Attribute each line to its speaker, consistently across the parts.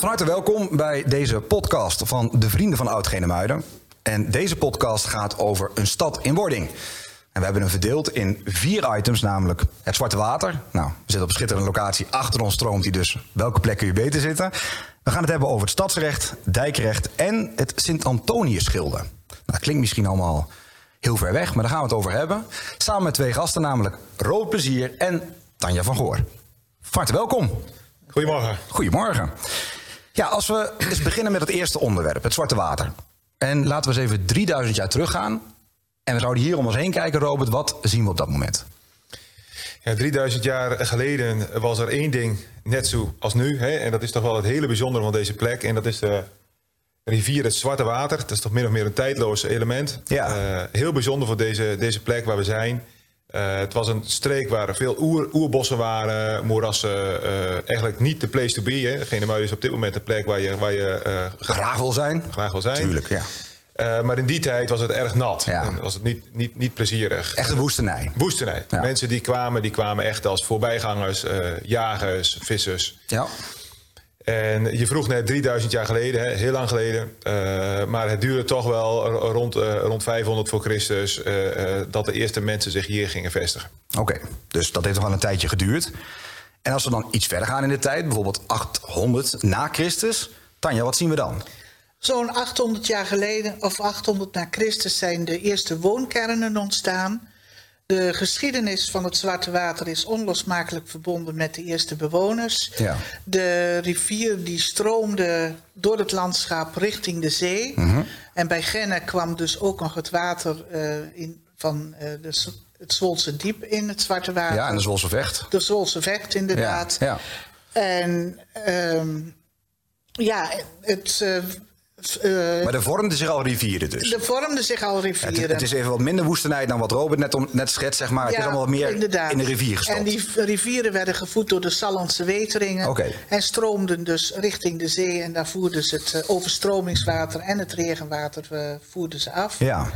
Speaker 1: harte welkom bij deze podcast van de Vrienden van Oud-Genemuiden. En deze podcast gaat over een stad in wording. En we hebben hem verdeeld in vier items, namelijk het Zwarte Water. Nou, we zitten op een schitterende locatie. Achter ons stroomt hij dus. Welke plek kun je beter zitten? We gaan het hebben over het stadsrecht, dijkrecht en het Sint-Antonius-schilde. Nou, dat klinkt misschien allemaal heel ver weg, maar daar gaan we het over hebben. Samen met twee gasten, namelijk Rood Plezier en Tanja van Goor. Van Harte welkom.
Speaker 2: Goedemorgen.
Speaker 1: Goedemorgen. Ja, als we eens beginnen met het eerste onderwerp, het zwarte water. En laten we eens even 3000 jaar teruggaan. En we zouden hier om ons heen kijken, Robert. Wat zien we op dat moment?
Speaker 2: Ja, 3000 jaar geleden was er één ding net zo als nu. Hè? En dat is toch wel het hele bijzondere van deze plek. En dat is eh, de rivier het Zwarte Water. Dat is toch min of meer een tijdloos element.
Speaker 1: Ja.
Speaker 2: Eh, heel bijzonder voor deze, deze plek waar we zijn. Eh, het was een streek waar veel oer, oerbossen waren, moerassen. eh, eigenlijk niet de place to be. Hè? Genemuiden is op dit moment de plek waar je, waar je eh,
Speaker 1: Graag wil zijn.
Speaker 2: graag wil zijn.
Speaker 1: Tuurlijk, ja.
Speaker 2: Eh, maar in die tijd was het erg nat.
Speaker 1: Ja.
Speaker 2: En was het niet, niet, niet plezierig.
Speaker 1: Echt een woestenij.
Speaker 2: Woestenij.
Speaker 1: Ja.
Speaker 2: Mensen die kwamen, die kwamen echt als voorbijgangers, eh, jagers, vissers.
Speaker 1: Ja.
Speaker 2: En je vroeg net 3000 jaar geleden, hè, heel lang geleden. eh, maar het duurde toch wel r- rond, eh, rond 500 voor Christus eh, eh, dat de eerste mensen zich hier gingen vestigen.
Speaker 1: Oké, dus dat heeft nog wel een tijdje geduurd. En als we dan iets verder gaan in de tijd, bijvoorbeeld 800 na Christus. Tanja, wat zien we dan?
Speaker 3: Zo'n 800 jaar geleden, of 800 na Christus, zijn de eerste woonkernen ontstaan. De geschiedenis van het Zwarte Water is onlosmakelijk verbonden met de eerste bewoners.
Speaker 1: Ja.
Speaker 3: De rivier die stroomde door het landschap richting de zee.
Speaker 1: Mhm.
Speaker 3: En bij Genne kwam dus ook nog het water eh, in, van eh, de, Z- het Zwolse Diep in het Zwarte Water.
Speaker 1: Ja, en de Zwolse Vecht.
Speaker 3: De Zwolse Vecht,
Speaker 1: Ja,
Speaker 3: inderdaad.
Speaker 1: ja.
Speaker 3: En ehm, ja, het, eh, v- eh,
Speaker 1: Maar er vormden zich al rivieren dus.
Speaker 3: er vormden zich al rivieren.
Speaker 1: Het, het is even wat minder woestenij dan wat Robert net, om, net schetst, zeg maar. het is allemaal wat meer
Speaker 3: inderdaad.
Speaker 1: in de rivier gestopt.
Speaker 3: En die v- rivieren werden gevoed door de Sallandse weteringen.
Speaker 1: Oké.
Speaker 3: En stroomden dus richting de zee. En daar voerden ze het eh, overstromingswater en het regenwater eh, voerden ze af.
Speaker 1: Ja.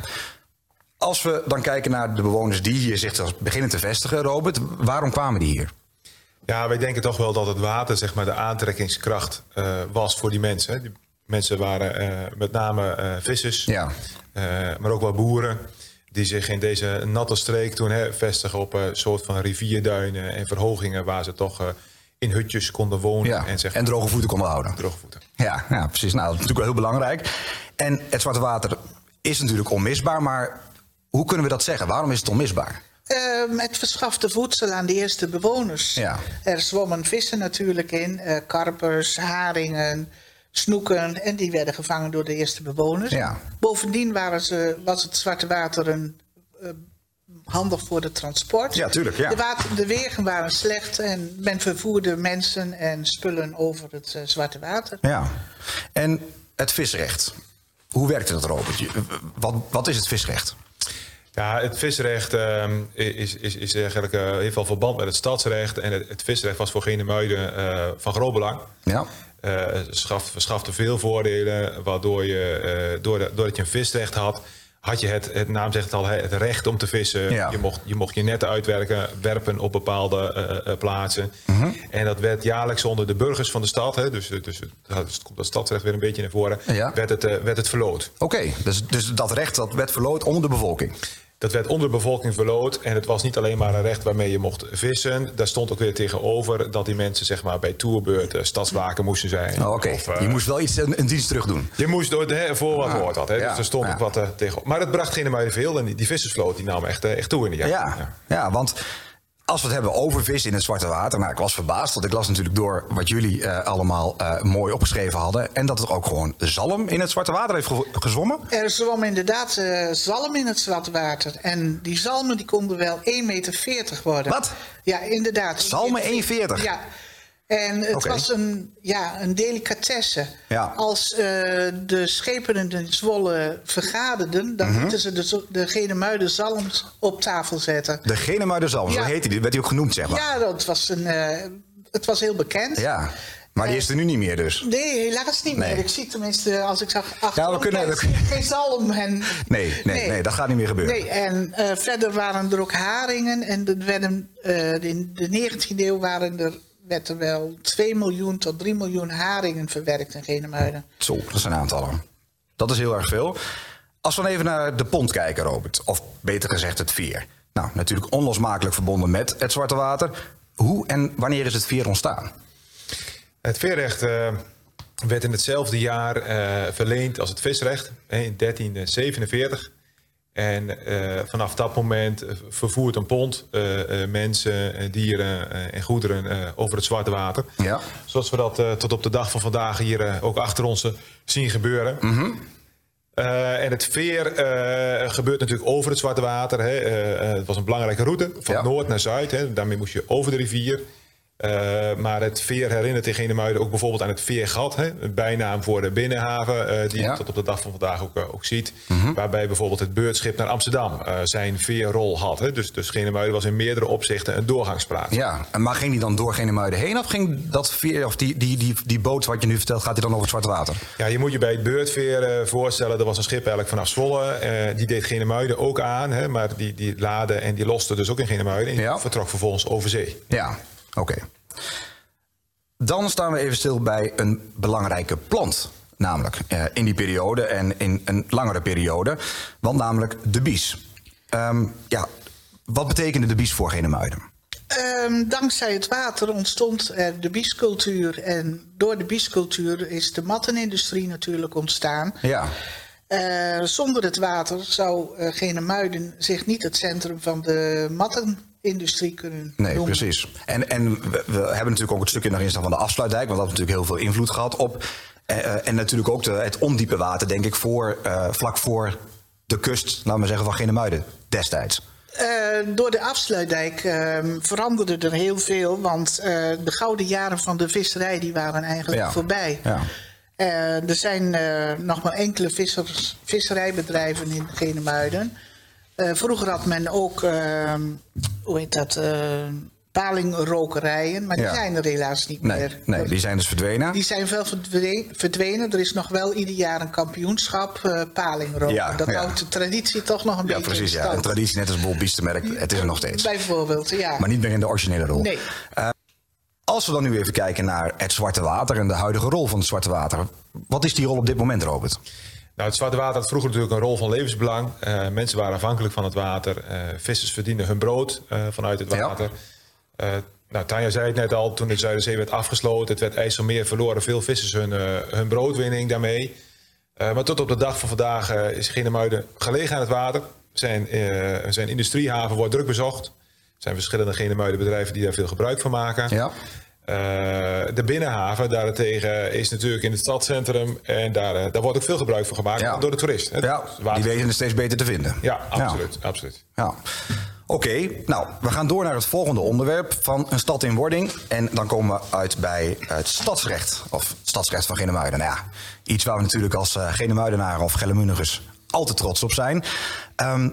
Speaker 1: Als we dan kijken naar de bewoners die hier zich zelfs beginnen te vestigen, Robert, waarom kwamen die hier?
Speaker 2: Ja, wij denken toch wel dat het water zeg maar, de aantrekkingskracht eh, was voor die mensen. hè. Die mensen waren eh, met name eh, vissers,
Speaker 1: Ja.
Speaker 2: eh, maar ook wel boeren. Die zich in deze natte streek toen hè, vestigen op een soort van rivierduinen en verhogingen. Waar ze toch eh, in hutjes konden wonen
Speaker 1: Ja.
Speaker 2: en, zeg,
Speaker 1: En droge voeten konden houden.
Speaker 2: droge voeten.
Speaker 1: Ja, ja, precies. Nou, dat is natuurlijk wel heel belangrijk. En het zwarte water is natuurlijk onmisbaar, maar hoe kunnen we dat zeggen? Waarom is het onmisbaar?
Speaker 3: Ehm, het verschafte voedsel aan de eerste bewoners.
Speaker 1: Ja.
Speaker 3: Er zwommen vissen natuurlijk in, eh, karpers, haringen, snoeken. En die werden gevangen door de eerste bewoners.
Speaker 1: Ja.
Speaker 3: Bovendien waren ze, was het Zwarte Water een, eh, handig voor het transport.
Speaker 1: Ja, tuurlijk, ja.
Speaker 3: De, water, de wegen waren slecht en men vervoerde mensen en spullen over het eh, Zwarte Water.
Speaker 1: Ja. En het visrecht. Hoe werkte dat, Robert? Je- Wat, wat is het visrecht?
Speaker 2: Ja, het visrecht ehm, is, is, is eigenlijk, eh, heeft wel verband met het stadsrecht. En het, het visrecht was voor Genemuiden eh van groot belang.
Speaker 1: Ja.
Speaker 2: eh schaft- verschafte veel voordelen, waardoor je, eh doordat, doordat je een visrecht had, had je het, het naam zegt het al, hè, het recht om te vissen.
Speaker 1: Ja.
Speaker 2: Je, mocht, je mocht je netten uitwerken, werpen op bepaalde eh, eh, plaatsen.
Speaker 1: Mhm.
Speaker 2: En dat werd jaarlijks onder de burgers van de stad, hè, dus, dus het- het komt dat stadsrecht weer een beetje naar voren,
Speaker 1: Ja.
Speaker 2: werd, het, eh, werd het verloot.
Speaker 1: Oké, dus, dus dat recht dat werd verloot onder de bevolking.
Speaker 2: Dat werd onder de bevolking verloot. En het was niet alleen maar een recht waarmee je mocht vissen. Daar stond ook weer tegenover dat die mensen zeg maar, bij toerbeurten stadswaken moesten zijn.
Speaker 1: Oh, Oké,
Speaker 2: Of, eh,
Speaker 1: je moest wel iets, een, een dienst terug doen.
Speaker 2: Je moest door de, hè, voor wat
Speaker 1: Ah,
Speaker 2: woord had. Hè?
Speaker 1: ja,
Speaker 2: dus er stond
Speaker 1: ja.
Speaker 2: ook wat eh, tegenop. Maar dat bracht geen muiden veel. En die, die vissersvloot die nam echt, eh, echt toe in de jaren.
Speaker 1: Ja, ja, want als we het hebben over vis in het zwarte water. Nou, ik was verbaasd, want ik las natuurlijk door wat jullie eh, allemaal eh, mooi opgeschreven hadden. En dat er ook gewoon zalm in het zwarte water heeft ge- gezwommen.
Speaker 3: Er zwom inderdaad eh, zalm in het zwarte water. En die zalmen die konden wel 1,40 meter worden.
Speaker 1: Wat?
Speaker 3: Ja, inderdaad.
Speaker 1: Zalmen 1,40?
Speaker 3: Ja. En het
Speaker 1: Oké.
Speaker 3: was een, ja, een delicatesse.
Speaker 1: Ja.
Speaker 3: Als eh, de schepenen in Zwolle vergaderden...
Speaker 1: Mhm.
Speaker 3: dan lieten ze de, zo- de genemuiden zalms op tafel zetten.
Speaker 1: De Genemuider zalm, zo
Speaker 3: Ja.
Speaker 1: heette die, werd die ook genoemd, zeg maar. Ja.
Speaker 3: Ja, dat was een, eh, het was heel bekend.
Speaker 1: Maar die is er nu niet meer dus.
Speaker 3: Nee, helaas niet
Speaker 1: Nee.
Speaker 3: meer. Ik zie tenminste, als ik zag achterom
Speaker 1: Ja, we kunnen-
Speaker 3: kijk,
Speaker 1: we
Speaker 3: zie ik geen zalm. En,
Speaker 1: Nee, nee, nee, dat gaat niet meer gebeuren.
Speaker 3: Nee, en eh, verder waren er ook haringen. En er werden, eh, in de 19e eeuw waren er werd er wel 2 miljoen tot 3 miljoen haringen verwerkt in Genemuiden.
Speaker 1: Zo, dat zijn aantallen. Dat is heel erg veel. Als we dan even naar de pond kijken, Robert. Of beter gezegd het vier. Nou, natuurlijk onlosmakelijk verbonden met het Zwarte Water. Hoe en wanneer is het vier ontstaan?
Speaker 2: Het veerrecht eh, werd in hetzelfde jaar eh, verleend als het visrecht, hè, in 1347. En eh, vanaf dat moment eh, vervoert een pont eh, eh, mensen, eh, dieren eh, en goederen eh, over het Zwarte Water.
Speaker 1: Ja.
Speaker 2: Zoals we dat eh, tot op de dag van vandaag hier eh, ook achter ons eh, zien gebeuren.
Speaker 1: Mhm.
Speaker 2: Eh, en het veer eh, gebeurt natuurlijk over het Zwarte Water. Hè. Eh, eh, het was een belangrijke route, van
Speaker 1: Ja.
Speaker 2: noord naar zuid. Hè. Daarmee moest je over de rivier. Eh, maar het veer herinnert in Genemuiden ook bijvoorbeeld aan het veergat. Hè. Een bijnaam voor de binnenhaven, eh, die
Speaker 1: Ja. Mhm.
Speaker 2: je tot op de dag van vandaag ook, eh, ook ziet. Waarbij bijvoorbeeld het beurtschip naar Amsterdam eh, zijn veerrol had. Hè. Dus, dus Genemuiden was in meerdere opzichten een doorgangsplaats.
Speaker 1: Ja, en maar ging die dan door Genemuiden heen? Of ging dat veer, of die, die, die, die boot wat je nu vertelt, gaat die dan over het Zwarte Water?
Speaker 2: Ja, je moet je bij het beurtveer eh, voorstellen, er was een schip eigenlijk vanaf Zwolle. eh, die deed Genemuiden ook aan, hè, maar die, die laadde en die loste dus ook in Genemuiden. En die
Speaker 1: Ja.
Speaker 2: vertrok vervolgens over zee.
Speaker 1: Ja, oké. Dan staan we even stil bij een belangrijke plant. Namelijk eh, in die periode en in een langere periode. Want namelijk de bies. Ehm, ja, wat betekende de bies voor Genemuiden?
Speaker 3: Ehm, dankzij het water ontstond er de biescultuur. En door de biescultuur is de mattenindustrie natuurlijk ontstaan.
Speaker 1: Ja,
Speaker 3: Eh, zonder het water zou eh Genemuiden zich niet het centrum van de mattenindustrie kunnen
Speaker 1: nee,
Speaker 3: noemen.
Speaker 1: precies. En, en we, we hebben natuurlijk ook het stukje daarin staan van de afsluitdijk. Want dat heeft natuurlijk heel veel invloed gehad op. eh, eh, en natuurlijk ook de, het ondiepe water, denk ik, voor, eh, vlak voor de kust, laten we zeggen, van Genemuiden destijds.
Speaker 3: Eh, door de afsluitdijk ehm, veranderde er heel veel, want eh, de gouden jaren van de visserij die waren eigenlijk
Speaker 1: Ja,
Speaker 3: voorbij.
Speaker 1: ja.
Speaker 3: Eh, er zijn eh, nog maar enkele vissers, visserijbedrijven in Genemuiden. Eh, vroeger had men ook, ehm, hoe heet dat, eh, palingrokerijen, maar die
Speaker 1: Ja.
Speaker 3: zijn er helaas niet
Speaker 1: Nee,
Speaker 3: meer.
Speaker 1: nee, die zijn dus verdwenen.
Speaker 3: Die zijn wel verdwe- verdwenen. Er is nog wel ieder jaar een kampioenschap eh palingroken.
Speaker 1: Ja,
Speaker 3: dat
Speaker 1: ja.
Speaker 3: houdt de traditie toch nog een
Speaker 1: Ja,
Speaker 3: beetje
Speaker 1: precies.
Speaker 3: in
Speaker 1: Ja. Een
Speaker 3: stand.
Speaker 1: traditie, net als Bob Biestermerk, het is er nog steeds.
Speaker 3: Bijvoorbeeld, ja.
Speaker 1: Maar niet meer in de originele rol.
Speaker 3: Nee.
Speaker 1: Als we dan nu even kijken naar het Zwarte Water en de huidige rol van het Zwarte Water. Wat is die rol op dit moment, Robert?
Speaker 2: Nou, het Zwarte Water had vroeger natuurlijk een rol van levensbelang. Eh, mensen waren afhankelijk van het water. Eh, vissers verdienden hun brood eh, vanuit het
Speaker 1: Ja.
Speaker 2: water. Eh, nou, Tanja zei het net al, toen de Zuiderzee werd afgesloten, het werd IJsselmeer verloren. Veel vissers hun, eh, hun broodwinning daarmee. Eh, maar tot op de dag van vandaag eh, is Genemuiden gelegen aan het water. Zijn, eh, zijn industriehaven wordt druk bezocht. Er zijn verschillende Genemuidenbedrijven die daar veel gebruik van maken.
Speaker 1: Ja.
Speaker 2: Eh, de binnenhaven daarentegen is natuurlijk in het stadcentrum. En daar, eh, daar wordt ook veel gebruik van gemaakt
Speaker 1: Ja.
Speaker 2: door de toerist. hè.
Speaker 1: Ja,
Speaker 2: Dus water-
Speaker 1: die weten het steeds beter te vinden.
Speaker 2: ja, absoluut. absoluut.
Speaker 1: Ja. Oké, nou, we gaan door naar het volgende onderwerp van een stad in wording. En dan komen we uit bij het stadsrecht, of het stadsrecht van Genemuiden. Nou ja, iets waar we natuurlijk als eh Genemuidenaar of Gellemunigers altijd trots op zijn. Ehm,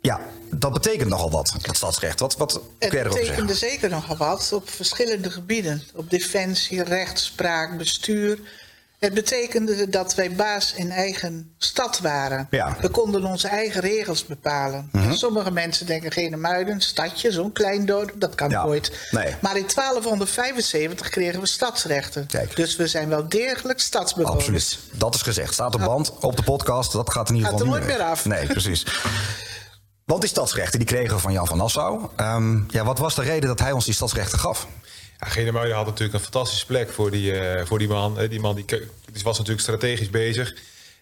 Speaker 1: ja, dat betekent nogal wat, dat stadsrecht. Wat, wat kun
Speaker 3: Het dus
Speaker 1: jij erover zeggen?
Speaker 3: betekende zeker nogal wat op verschillende gebieden. Op defensie, rechtspraak, bestuur. Het betekende dat wij baas in eigen stad waren.
Speaker 1: Ja. Mhm.
Speaker 3: We konden onze eigen regels bepalen. Sommige mensen denken Genemuiden, stadje, zo'n klein dorp, dat kan
Speaker 1: Ja,
Speaker 3: nooit.
Speaker 1: nee.
Speaker 3: Maar in 1275 kregen we stadsrechten.
Speaker 1: Kijk.
Speaker 3: Dus we zijn wel degelijk stadsbewoners.
Speaker 1: Absoluut. Dat is gezegd. Staat op band, op de podcast. Dat gaat in ieder
Speaker 3: Gaat
Speaker 1: geval
Speaker 3: er
Speaker 1: niet
Speaker 3: nooit meer af.
Speaker 1: Nee, precies. Want die stadsrechten, die kregen we van Jan van Nassau. Ehm, ja, wat was de reden dat hij ons die stadsrechten gaf?
Speaker 2: Ja, Genemuiden had natuurlijk een fantastische plek voor die, eh, voor die man. Eh, Die man die, ke- die was natuurlijk strategisch bezig.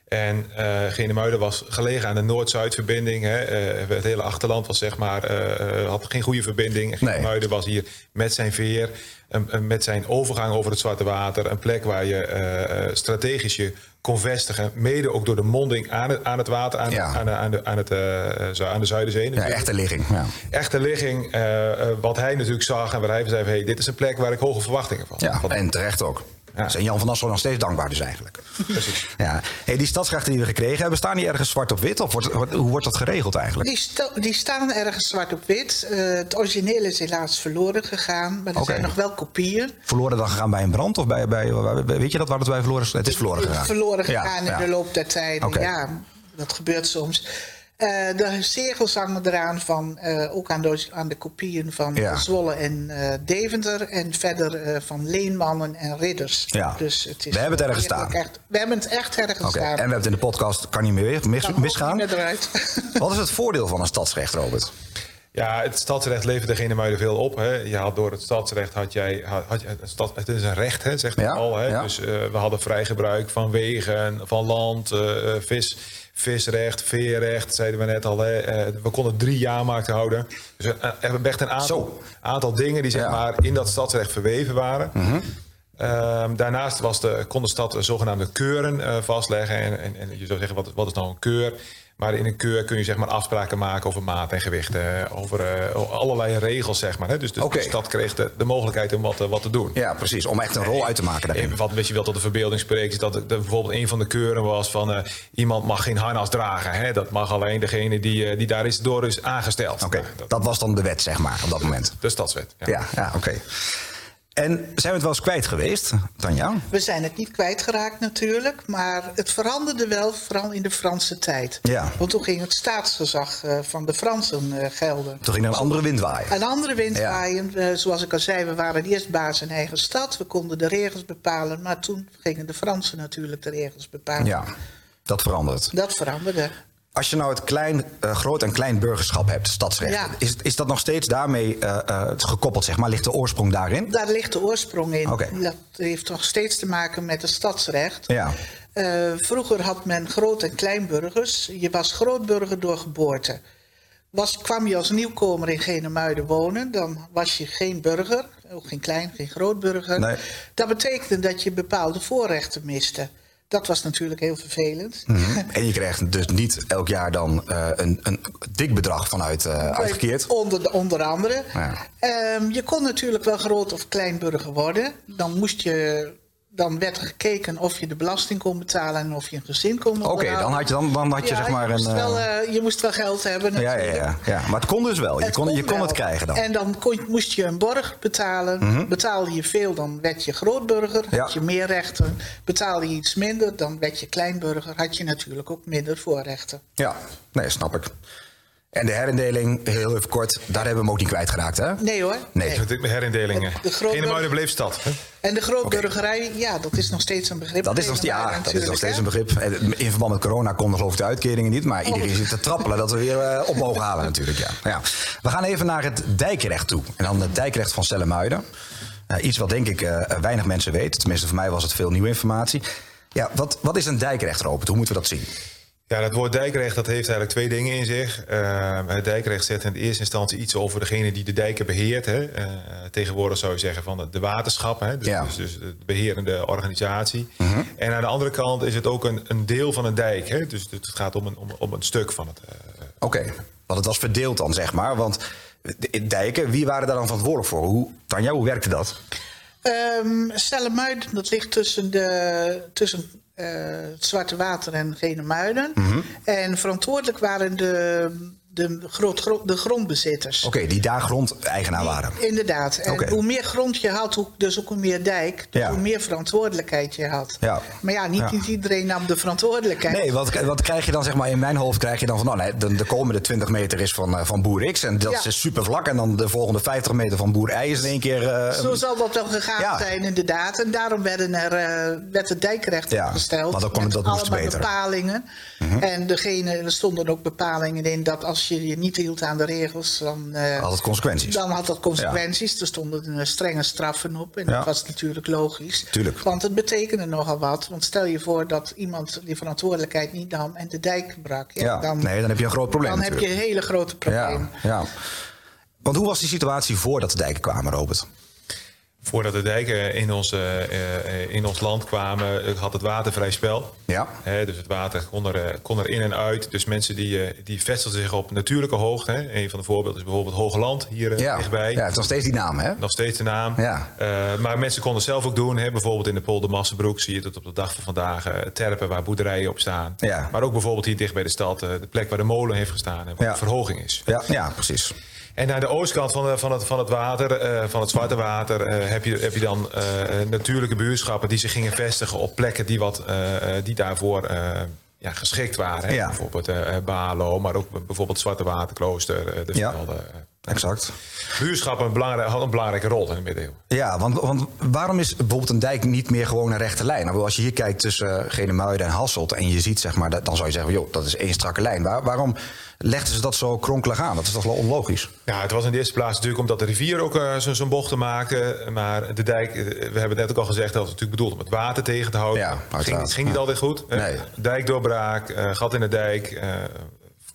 Speaker 2: En eh Genemuiden was gelegen aan de Noord-Zuidverbinding. Hè. Eh, het hele achterland was zeg maar, eh, eh, had geen goede verbinding. En
Speaker 1: Nee.
Speaker 2: Genemuiden was hier met zijn veer, een- een- met zijn overgang over het Zwarte Water. Een plek waar je eh, eh, strategisch je kon vestigen. Mede ook door de monding aan het, aan het water, aan,
Speaker 1: Ja.
Speaker 2: aan, de- aan, de, aan, het, eh, eh, zu- aan de Zuiderzee.
Speaker 1: Ja,
Speaker 2: natuurlijk
Speaker 1: echte ligging. Ja.
Speaker 2: echte ligging, eh, eh, wat hij natuurlijk zag en waar hij van zei: van, hey, dit is een plek waar ik hoge verwachtingen van
Speaker 1: ja,
Speaker 2: van-
Speaker 1: en terecht ook.
Speaker 2: Ja.
Speaker 1: Zijn Jan van Nassau nog steeds dankbaar dus eigenlijk.
Speaker 2: Precies.
Speaker 1: Ja. Hey, die stadsrechten die we gekregen hebben, staan die ergens zwart op wit? Of wordt, wordt- hoe wordt dat geregeld eigenlijk?
Speaker 3: Die, sta- die staan ergens zwart op wit. Eh, het origineel is helaas verloren gegaan, maar er
Speaker 1: Oké.
Speaker 3: zijn nog wel kopieën.
Speaker 1: Verloren dan gegaan bij een brand? Of bij, bij, bij- weet je dat waar het bij verloren is? Het is verloren gegaan.
Speaker 3: verloren
Speaker 1: Ja,
Speaker 3: gegaan in
Speaker 1: ja.
Speaker 3: de loop der tijd.
Speaker 1: Oké.
Speaker 3: Ja, dat gebeurt soms. Eh, Eh, de zegels hangen eraan van, eh, ook aan de, aan de kopieën van
Speaker 1: Ja.
Speaker 3: Zwolle en eh, Deventer. En verder eh, van Leenmannen en Ridders.
Speaker 1: Ja.
Speaker 3: Dus het is
Speaker 1: We hebben het ergens
Speaker 3: eigenlijk
Speaker 1: staan.
Speaker 3: echt- we hebben het echt ergens
Speaker 1: Oké, en
Speaker 3: staan.
Speaker 1: we hebben het in de podcast, kan niet meer mis-
Speaker 3: Kan ook
Speaker 1: misgaan.
Speaker 3: niet meer eruit.
Speaker 1: Wat is het voordeel van een stadsrecht, Robert?
Speaker 2: Ja, het stadsrecht levert degene muiden veel op. Hè. Je had door het stadsrecht had jij, had, had je- het stad, het is een recht, hè, zegt
Speaker 1: Ja,
Speaker 2: het al. Hè.
Speaker 1: ja.
Speaker 2: Dus eh, we hadden vrij gebruik van wegen, van land, eh, eh, vis, visrecht, veerrecht, zeiden we net al. Hè. Eh, we konden drie jaarmarkten houden. Dus eh, er hebben echt een aantal, aantal dingen die zeg
Speaker 1: Ja. Mhm.
Speaker 2: maar in dat stadsrecht verweven waren. Ehm, daarnaast was de, kon de stad zogenaamde keuren eh, vastleggen. En, en, en je zou zeggen, wat, wat is nou een keur? Maar in een keur kun je zeg maar, afspraken maken over maat en gewichten. Over eh, o- allerlei regels, zeg maar. Hè? Dus de,
Speaker 1: Oké.
Speaker 2: de stad kreeg de, de mogelijkheid om wat, eh, wat te doen.
Speaker 1: Ja, precies, om echt een rol uit te maken daarin.
Speaker 2: En wat weet je wel tot de verbeelding spreekt, is dat er bijvoorbeeld een van de keuren was van eh, iemand mag geen harnas dragen. Hè? Dat mag alleen degene die, eh, die daar is door is aangesteld.
Speaker 1: Oké,
Speaker 2: Nou, dat,
Speaker 1: dat was dan de wet, zeg maar, op dat moment.
Speaker 2: de stadswet. ja.
Speaker 1: Ja, ja oké. En zijn we het wel eens kwijt geweest, Tanja?
Speaker 3: We zijn het niet kwijtgeraakt natuurlijk, maar het veranderde wel, vooral in de Franse tijd.
Speaker 1: Ja.
Speaker 3: Want toen ging het staatsgezag eh, van de Fransen eh, gelden.
Speaker 1: Toen ging er een andere wind waaien.
Speaker 3: Een andere wind
Speaker 1: Ja.
Speaker 3: waaien, eh, zoals ik al zei, we waren eerst baas in eigen stad. We konden de regels bepalen, maar toen gingen de Fransen natuurlijk de regels bepalen.
Speaker 1: Ja, dat verandert.
Speaker 3: Dat veranderde.
Speaker 1: Als je nou het klein, eh, groot en klein burgerschap hebt, stadsrecht,
Speaker 3: Ja.
Speaker 1: is, is dat nog steeds daarmee eh, eh, gekoppeld, zeg maar? Ligt de oorsprong daarin?
Speaker 3: Daar ligt de oorsprong in.
Speaker 1: Oké.
Speaker 3: Dat heeft nog steeds te maken met het stadsrecht.
Speaker 1: Ja.
Speaker 3: Eh, vroeger had men groot- en kleinburgers. Je was grootburger door geboorte. Was, kwam je als nieuwkomer in Genemuiden wonen, dan was je geen burger. Ook geen klein, geen grootburger.
Speaker 1: Nee.
Speaker 3: Dat betekende dat je bepaalde voorrechten miste. Dat was natuurlijk heel vervelend.
Speaker 1: En je krijgt dus niet elk jaar dan eh, een, een dik bedrag vanuit eh, uitgekeerd.
Speaker 3: Onder, onder andere.
Speaker 1: Ja.
Speaker 3: Ehm, je kon natuurlijk wel groot of klein burger worden. Dan moest je... Dan werd er gekeken of je de belasting kon betalen en of je een gezin kon
Speaker 1: Oké,
Speaker 3: onderhouden.
Speaker 1: dan had je, dan, dan had je
Speaker 3: Ja,
Speaker 1: zeg maar
Speaker 3: moest
Speaker 1: een.
Speaker 3: wel,
Speaker 1: eh,
Speaker 3: eh, je moest wel geld
Speaker 1: ja,
Speaker 3: hebben natuurlijk.
Speaker 1: ja, ja, ja. Maar het kon dus wel. Je kon, je kon
Speaker 3: wel.
Speaker 1: het krijgen dan. Mhm.
Speaker 3: En dan kon, moest je een borg betalen. Betaalde je veel, dan werd je grootburger.
Speaker 1: Ja.
Speaker 3: Had je meer rechten. Betaalde je iets minder, dan werd je kleinburger. Had je natuurlijk ook minder voorrechten.
Speaker 1: Ja, nee, snap ik. En de herindeling, heel even kort, daar hebben we hem ook niet kwijtgeraakt, hè?
Speaker 3: Nee hoor.
Speaker 1: Nee.
Speaker 2: Dus met herindelingen.
Speaker 3: De grote-
Speaker 2: Genemuiden bleef stad. hè?
Speaker 3: En de grootburgerij, ja, dat is nog steeds een begrip.
Speaker 1: Dat is, nog,
Speaker 3: Helemaal
Speaker 1: ja, dat is nog
Speaker 3: natuurlijk,
Speaker 1: steeds
Speaker 3: hè.
Speaker 1: een begrip. En In verband met corona konden geloof ik de uitkeringen niet. Maar iedereen zit te trappelen dat we weer eh, op mogen halen natuurlijk. Ja. Ja. We gaan even naar het dijkrecht toe. En dan het dijkrecht van Cellemuiden. Eh, iets wat denk ik eh, weinig mensen weten. Tenminste, voor mij was het veel nieuwe informatie. Ja, wat, wat is een dijkrecht, Robert? Hoe moeten we dat zien?
Speaker 2: Ja, dat woord dijkrecht dat heeft eigenlijk twee dingen in zich. Eh, het dijkrecht zegt in eerste instantie iets over degene die de dijken beheert. Hè. Eh, tegenwoordig zou je zeggen van de- de waterschap, hè. Dus,
Speaker 1: Ja.
Speaker 2: dus, dus de beherende organisatie. En aan de andere kant is het ook een, een deel van een dijk. Hè. Dus het gaat om een, om, om een stuk van het. eh,
Speaker 1: Oké, want het was verdeeld dan, zeg maar. Want de- dijken, wie waren daar dan verantwoordelijk voor? Hoe, Tanja, hoe werkte dat?
Speaker 3: Ehm Stellenmuiden, dat ligt tussen, de, tussen eh, het Zwarte Water en Genemuiden.
Speaker 1: Mhm.
Speaker 3: En verantwoordelijk waren de, de, groot, gro- de grondbezitters.
Speaker 1: Oké, die daar grondeigenaar waren.
Speaker 3: Inderdaad. En
Speaker 1: Oh. Oké.
Speaker 3: hoe meer grond je had, hoe, dus ook hoe meer dijk, dus
Speaker 1: Ja.
Speaker 3: hoe meer verantwoordelijkheid je had.
Speaker 1: Ja.
Speaker 3: Maar ja niet,
Speaker 1: Ja.
Speaker 3: niet iedereen nam de verantwoordelijkheid.
Speaker 1: Nee, wat, wat krijg je dan zeg maar in mijn hoofd? Krijg je dan van nou, nee, de, de komende 20 meter is van, eh, van boer X en dat
Speaker 3: Ja.
Speaker 1: is super vlak. En dan de volgende 50 meter van boer Y is in één keer. eh,
Speaker 3: Zo zal dat wel gegaan
Speaker 1: Ja.
Speaker 3: zijn, inderdaad. En daarom werden er, eh, werd het dijkrecht
Speaker 1: Ja,
Speaker 3: opgesteld.
Speaker 1: want dan kon-
Speaker 3: met
Speaker 1: dat moest
Speaker 3: allemaal
Speaker 1: beter. Mhm.
Speaker 3: bepalingen. En degene, er stonden ook bepalingen in dat als je je niet hield aan de regels, dan, eh,
Speaker 1: had het consequenties.
Speaker 3: dan had dat consequenties. Er stonden eh, strenge straffen op. En
Speaker 1: Ja.
Speaker 3: dat was natuurlijk logisch.
Speaker 1: Tuurlijk.
Speaker 3: Want het betekende nogal wat. Want stel je voor dat iemand die verantwoordelijkheid niet nam en de dijk brak. Ja,
Speaker 1: ja,
Speaker 3: dan
Speaker 1: nee, dan heb je een groot probleem.
Speaker 3: dan heb je
Speaker 1: natuurlijk.
Speaker 3: een hele grote probleem.
Speaker 1: ja, ja. Want hoe was die situatie voordat de dijken kwamen, Robert?
Speaker 2: voordat de dijken in ons, eh, eh, in ons land kwamen, eh, had het water vrij spel.
Speaker 1: Ja.
Speaker 2: Hè, dus het water kon er, eh, kon er in en uit. Dus mensen die, eh, die vestigden zich op natuurlijke hoogte. Hè. Een van de voorbeelden is bijvoorbeeld Hoge Land hier eh,
Speaker 1: Ja,
Speaker 2: dichtbij.
Speaker 1: ja het is nog steeds die naam, hè?
Speaker 2: Nog steeds de naam.
Speaker 1: Ja.
Speaker 2: Eh, maar mensen konden het zelf ook doen. Hè. Bijvoorbeeld in de polder Massenbroek zie je dat op de dag van vandaag. eh, terpen waar boerderijen op staan.
Speaker 1: Ja.
Speaker 2: Maar ook bijvoorbeeld hier dicht bij de stad. eh, de plek waar de molen heeft gestaan. En waar
Speaker 1: Ja.
Speaker 2: de verhoging is.
Speaker 1: Ja, ja, precies.
Speaker 2: En aan de oostkant van, de- van, het, van het water, eh, van het Zwarte Water, eh, heb, je, heb je dan eh, natuurlijke buurschappen die zich gingen vestigen op plekken die, wat, eh, eh, die daarvoor eh, ja, geschikt waren. hè.
Speaker 1: Ja.
Speaker 2: Bijvoorbeeld eh eh, Balo, maar ook bijvoorbeeld Zwarte Waterklooster. eh de
Speaker 1: Ja.
Speaker 2: vertelde, eh,
Speaker 1: Exact.
Speaker 2: buurschap een belangrijke, had een belangrijke rol in de middeleeuwen.
Speaker 1: Ja, want, want waarom is bijvoorbeeld een dijk niet meer gewoon een rechte lijn? Nou, als je hier kijkt tussen eh, Genemuiden en Hasselt en je ziet, zeg maar, dat, dan zou je zeggen, joh, dat is één strakke lijn. Waar- waarom legden ze dat zo kronkelig aan? Dat is toch wel onlogisch?
Speaker 2: Ja, het was in de eerste plaats natuurlijk omdat de rivier ook eh, zo- zo'n bochten maakte. Maar de dijk, eh, we hebben het net ook al gezegd, dat was natuurlijk bedoeld om het water tegen te houden.
Speaker 1: Ja,
Speaker 2: het ging,
Speaker 1: uiteraard.
Speaker 2: het ging niet
Speaker 1: Ja.
Speaker 2: altijd goed. Eh,
Speaker 1: Nee.
Speaker 2: Dijkdoorbraak, eh, gat in de dijk. eh,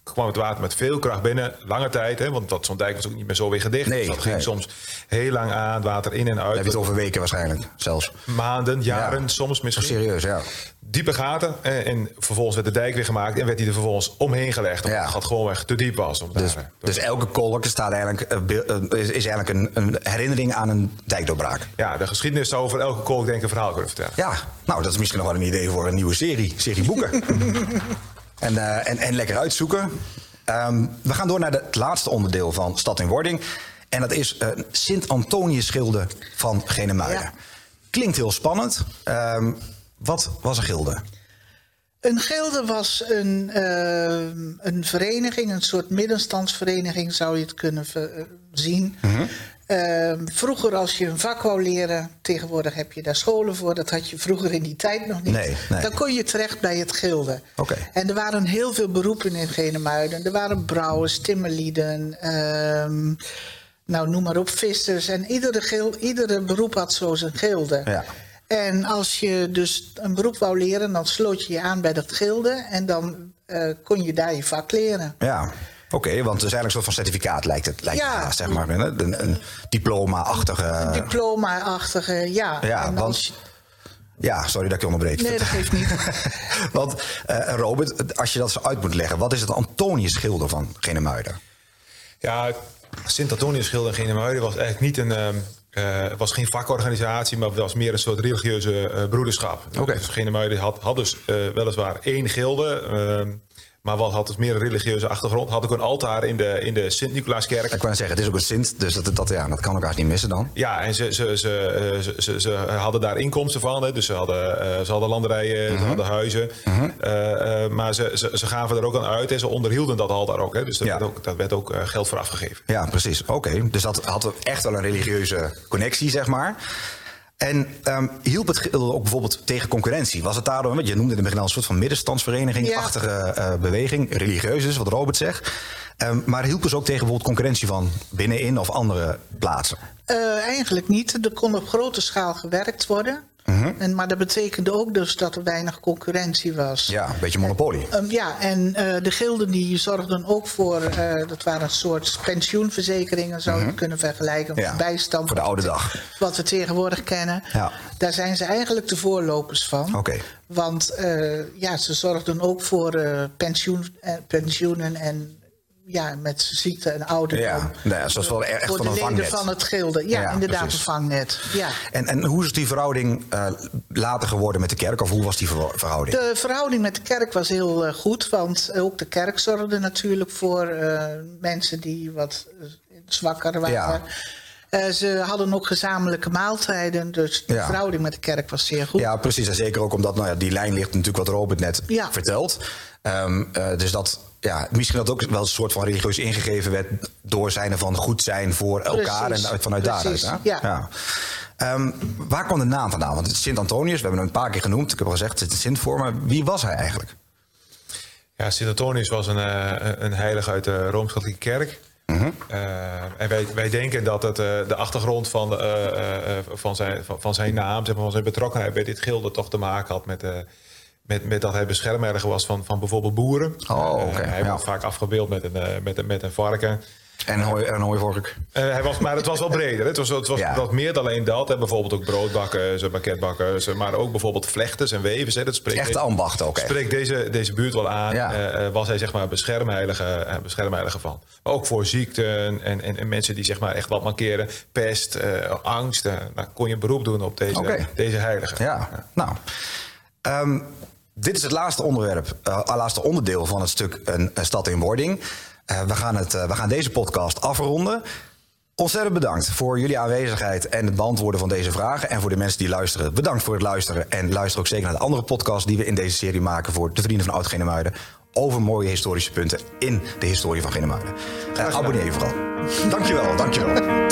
Speaker 2: kwam het water met veel kracht binnen, lange tijd. Hè, want dat, zo'n dijk was ook niet meer zo weer gedicht.
Speaker 1: Nee,
Speaker 2: dus dat ging
Speaker 1: nee.
Speaker 2: soms heel lang aan, het water in en
Speaker 1: Dan
Speaker 2: uit.
Speaker 1: heb je het over weken waarschijnlijk, zelfs.
Speaker 2: Maanden, jaren,
Speaker 1: Ja.
Speaker 2: soms misschien.
Speaker 1: Serieus, ja.
Speaker 2: diepe gaten. En, en vervolgens werd de dijk weer gemaakt en werd die er vervolgens omheen gelegd. Omdat
Speaker 1: Ja.
Speaker 2: het gat gewoonweg te diep was. Om
Speaker 1: Dus,
Speaker 2: daar, eh, door-
Speaker 1: dus elke kolk staat eigenlijk, eh, be- eh, is, is eigenlijk een, een herinnering aan een dijkdoorbraak.
Speaker 2: ja, de geschiedenis zou over elke kolk denk ik een verhaal kunnen vertellen.
Speaker 1: Ja, nou, dat is misschien nog wel een idee voor een nieuwe serie. Serie boeken. en, eh, en, en lekker uitzoeken. Ehm, we gaan door naar de- het laatste onderdeel van Stad in Wording. En dat is eh, Sint-Antonius-gilde van Genemuiden.
Speaker 3: Ja.
Speaker 1: Klinkt heel spannend. Ehm, wat was een gilde?
Speaker 3: Een gilde was een, ehm, een vereniging, een soort middenstandsvereniging zou je het kunnen ver- eh, zien.
Speaker 1: Mhm.
Speaker 3: Ehm, vroeger als je een vak wou leren, tegenwoordig heb je daar scholen voor, dat had je vroeger in die tijd nog niet.
Speaker 1: Nee, nee.
Speaker 3: Dan kon je terecht bij het gilde.
Speaker 1: Oké.
Speaker 3: En er waren heel veel beroepen in Genemuiden. Er waren brouwers, timmerlieden, ehm, nou noem maar op, vissers. En iedere, gil, iedere beroep had zo zijn gilde.
Speaker 1: Ja.
Speaker 3: En als je dus een beroep wou leren, dan sloot je je aan bij dat gilde en dan eh, kon je daar je vak leren.
Speaker 1: Ja, oké, want het is eigenlijk een soort van certificaat lijkt het. Lijkt
Speaker 3: Ja.
Speaker 1: het haast, zeg maar. Een, een- een diploma-achtige...
Speaker 3: Diploma-achtige, ja.
Speaker 1: Ja,
Speaker 3: En
Speaker 1: want...
Speaker 3: als je-
Speaker 1: Ja, sorry dat ik je onderbreek.
Speaker 3: Nee, dat geeft niet.
Speaker 1: Want eh, Robert, als je dat zo uit moet leggen, wat is het Antonius-schilder van Genemuiden?
Speaker 2: Ja, Sint-Antonius Gilde in Genemuiden was eigenlijk niet een... ehm, eh, was geen vakorganisatie, maar was meer een soort religieuze eh, broederschap.
Speaker 1: Oké.
Speaker 2: Dus Genemuiden had, had dus eh, weliswaar één gilde, ehm, maar wel had dus meer een religieuze achtergrond. Had ook een altaar in de, in de Sint-Nicolaaskerk.
Speaker 1: Ik wou net zeggen, het is ook een Sint, dus dat, dat, ja, dat kan elkaar niet missen dan.
Speaker 2: Ja, en ze, ze, ze, eh, ze, ze, ze hadden daar inkomsten van. Hè. Dus ze hadden, eh, ze hadden landerijen, ze hadden huizen. Eh, eh, maar ze, ze, ze gaven er ook aan uit en ze onderhielden dat al daar ook. Hè. Dus daar
Speaker 1: Ja.
Speaker 2: werd ook, daar werd ook eh, geld voor afgegeven.
Speaker 1: Ja, precies. Oké, dus dat had echt wel een religieuze connectie, zeg maar. En ehm, hielp het gilde ook bijvoorbeeld tegen concurrentie? Was het daardoor, want je noemde in het begin al een soort van middenstandsvereniging-achtige eh, beweging, religieus dus, wat Robert zegt. Ehm, maar hielp dus ook tegen bijvoorbeeld concurrentie van binnenin of andere plaatsen?
Speaker 3: Eh, eigenlijk niet. Er kon op grote schaal gewerkt worden.
Speaker 1: Mhm.
Speaker 3: en, maar dat betekende ook dus dat er weinig concurrentie was.
Speaker 1: Ja, een beetje monopolie.
Speaker 3: Ehm, ja, en eh, de gilden die zorgden ook voor, eh, dat waren een soort pensioenverzekeringen, zou je het kunnen vergelijken,
Speaker 1: Mhm. Ja,
Speaker 3: of bijstand.
Speaker 1: voor de oude dag.
Speaker 3: Wat we tegenwoordig kennen.
Speaker 1: Ja.
Speaker 3: Daar zijn ze eigenlijk de voorlopers van.
Speaker 1: Oké.
Speaker 3: Want eh, ja, ze zorgden ook voor eh, pensioen, eh, pensioenen en ja, met ziekte en ouderdom.
Speaker 1: Ja, nou ja, zoals wel e- echt
Speaker 3: voor
Speaker 1: van
Speaker 3: de
Speaker 1: een
Speaker 3: leden
Speaker 1: vangnet.
Speaker 3: van het gilde. Ja,
Speaker 1: Ja,
Speaker 3: inderdaad,
Speaker 1: precies.
Speaker 3: een vangnet. Ja.
Speaker 1: En, en hoe is die verhouding eh, later geworden met de kerk? Of hoe was die verwo- verhouding?
Speaker 3: De verhouding met de kerk was heel eh, goed, want ook de kerk zorgde natuurlijk voor eh, mensen die wat eh, zwakker waren.
Speaker 1: Ja.
Speaker 3: Eh, ze hadden ook gezamenlijke maaltijden, dus de
Speaker 1: Ja.
Speaker 3: verhouding met de kerk was zeer goed.
Speaker 1: Ja, precies. En zeker ook omdat nou ja, die lijn ligt natuurlijk wat Robert net
Speaker 3: Ja.
Speaker 1: vertelt. Ehm, eh, dus dat, ja, misschien dat ook wel een soort van religieus ingegeven werd door zijn van goed zijn voor elkaar
Speaker 3: Precies,
Speaker 1: en uit- vanuit
Speaker 3: precies,
Speaker 1: daaruit. Hè?
Speaker 3: ja.
Speaker 1: Ehm, waar kwam de naam vandaan? Want Sint-Antonius, we hebben hem een paar keer genoemd. Ik heb al gezegd, het zit een Sint voor, maar wie was hij eigenlijk?
Speaker 2: Ja, Sint-Antonius was een, eh, een heilige uit de Rooms-Katholieke Kerk.
Speaker 1: Mhm.
Speaker 2: Eh, en wij, wij denken dat het, eh, de achtergrond van, eh, eh, eh, van, zijn, van, van zijn naam, zeg maar, van zijn betrokkenheid bij dit gilde, toch te maken had met, eh, met, met dat hij beschermherder was van, van bijvoorbeeld boeren.
Speaker 1: Oh, oké,
Speaker 2: Eh, hij
Speaker 1: ja.
Speaker 2: wordt vaak afgebeeld met een, eh, met, een- met een varken.
Speaker 1: En hooi, en hooivork.
Speaker 2: Eh, hij was, maar het was wel breder. hè. Het was, het was
Speaker 1: Ja.
Speaker 2: wat meer dan alleen dat. En bijvoorbeeld ook broodbakkers, en bakketbakkers, maar ook bijvoorbeeld vlechters en wevers. Hè. Dat spreekt
Speaker 1: Echte ambacht ook. echt.
Speaker 2: spreekt deze, deze buurt wel aan.
Speaker 1: Ja.
Speaker 2: eh, eh, was hij zeg maar beschermheilige, eh, beschermheilige van. Maar ook voor ziekten en, en, en mensen die zeg maar echt wat mankeren. Pest, eh, angst. eh, nou, kon je beroep doen op deze,
Speaker 1: Oké.
Speaker 2: deze heilige.
Speaker 1: Ja, nou. Ehm, dit is het laatste onderwerp, eh laatste onderdeel van het stuk Een, een stad in wording. Eh, we, gaan het, eh, we gaan deze podcast afronden. Ontzettend bedankt voor jullie aanwezigheid en het beantwoorden van deze vragen. En voor de mensen die luisteren, bedankt voor het luisteren. En luister ook zeker naar de andere podcasts die we in deze serie maken voor de Vrienden van Oud-Genemuiden. Over mooie historische punten in de historie van Genemuiden. Eh, abonneer je vooral. Dankjewel, dankjewel.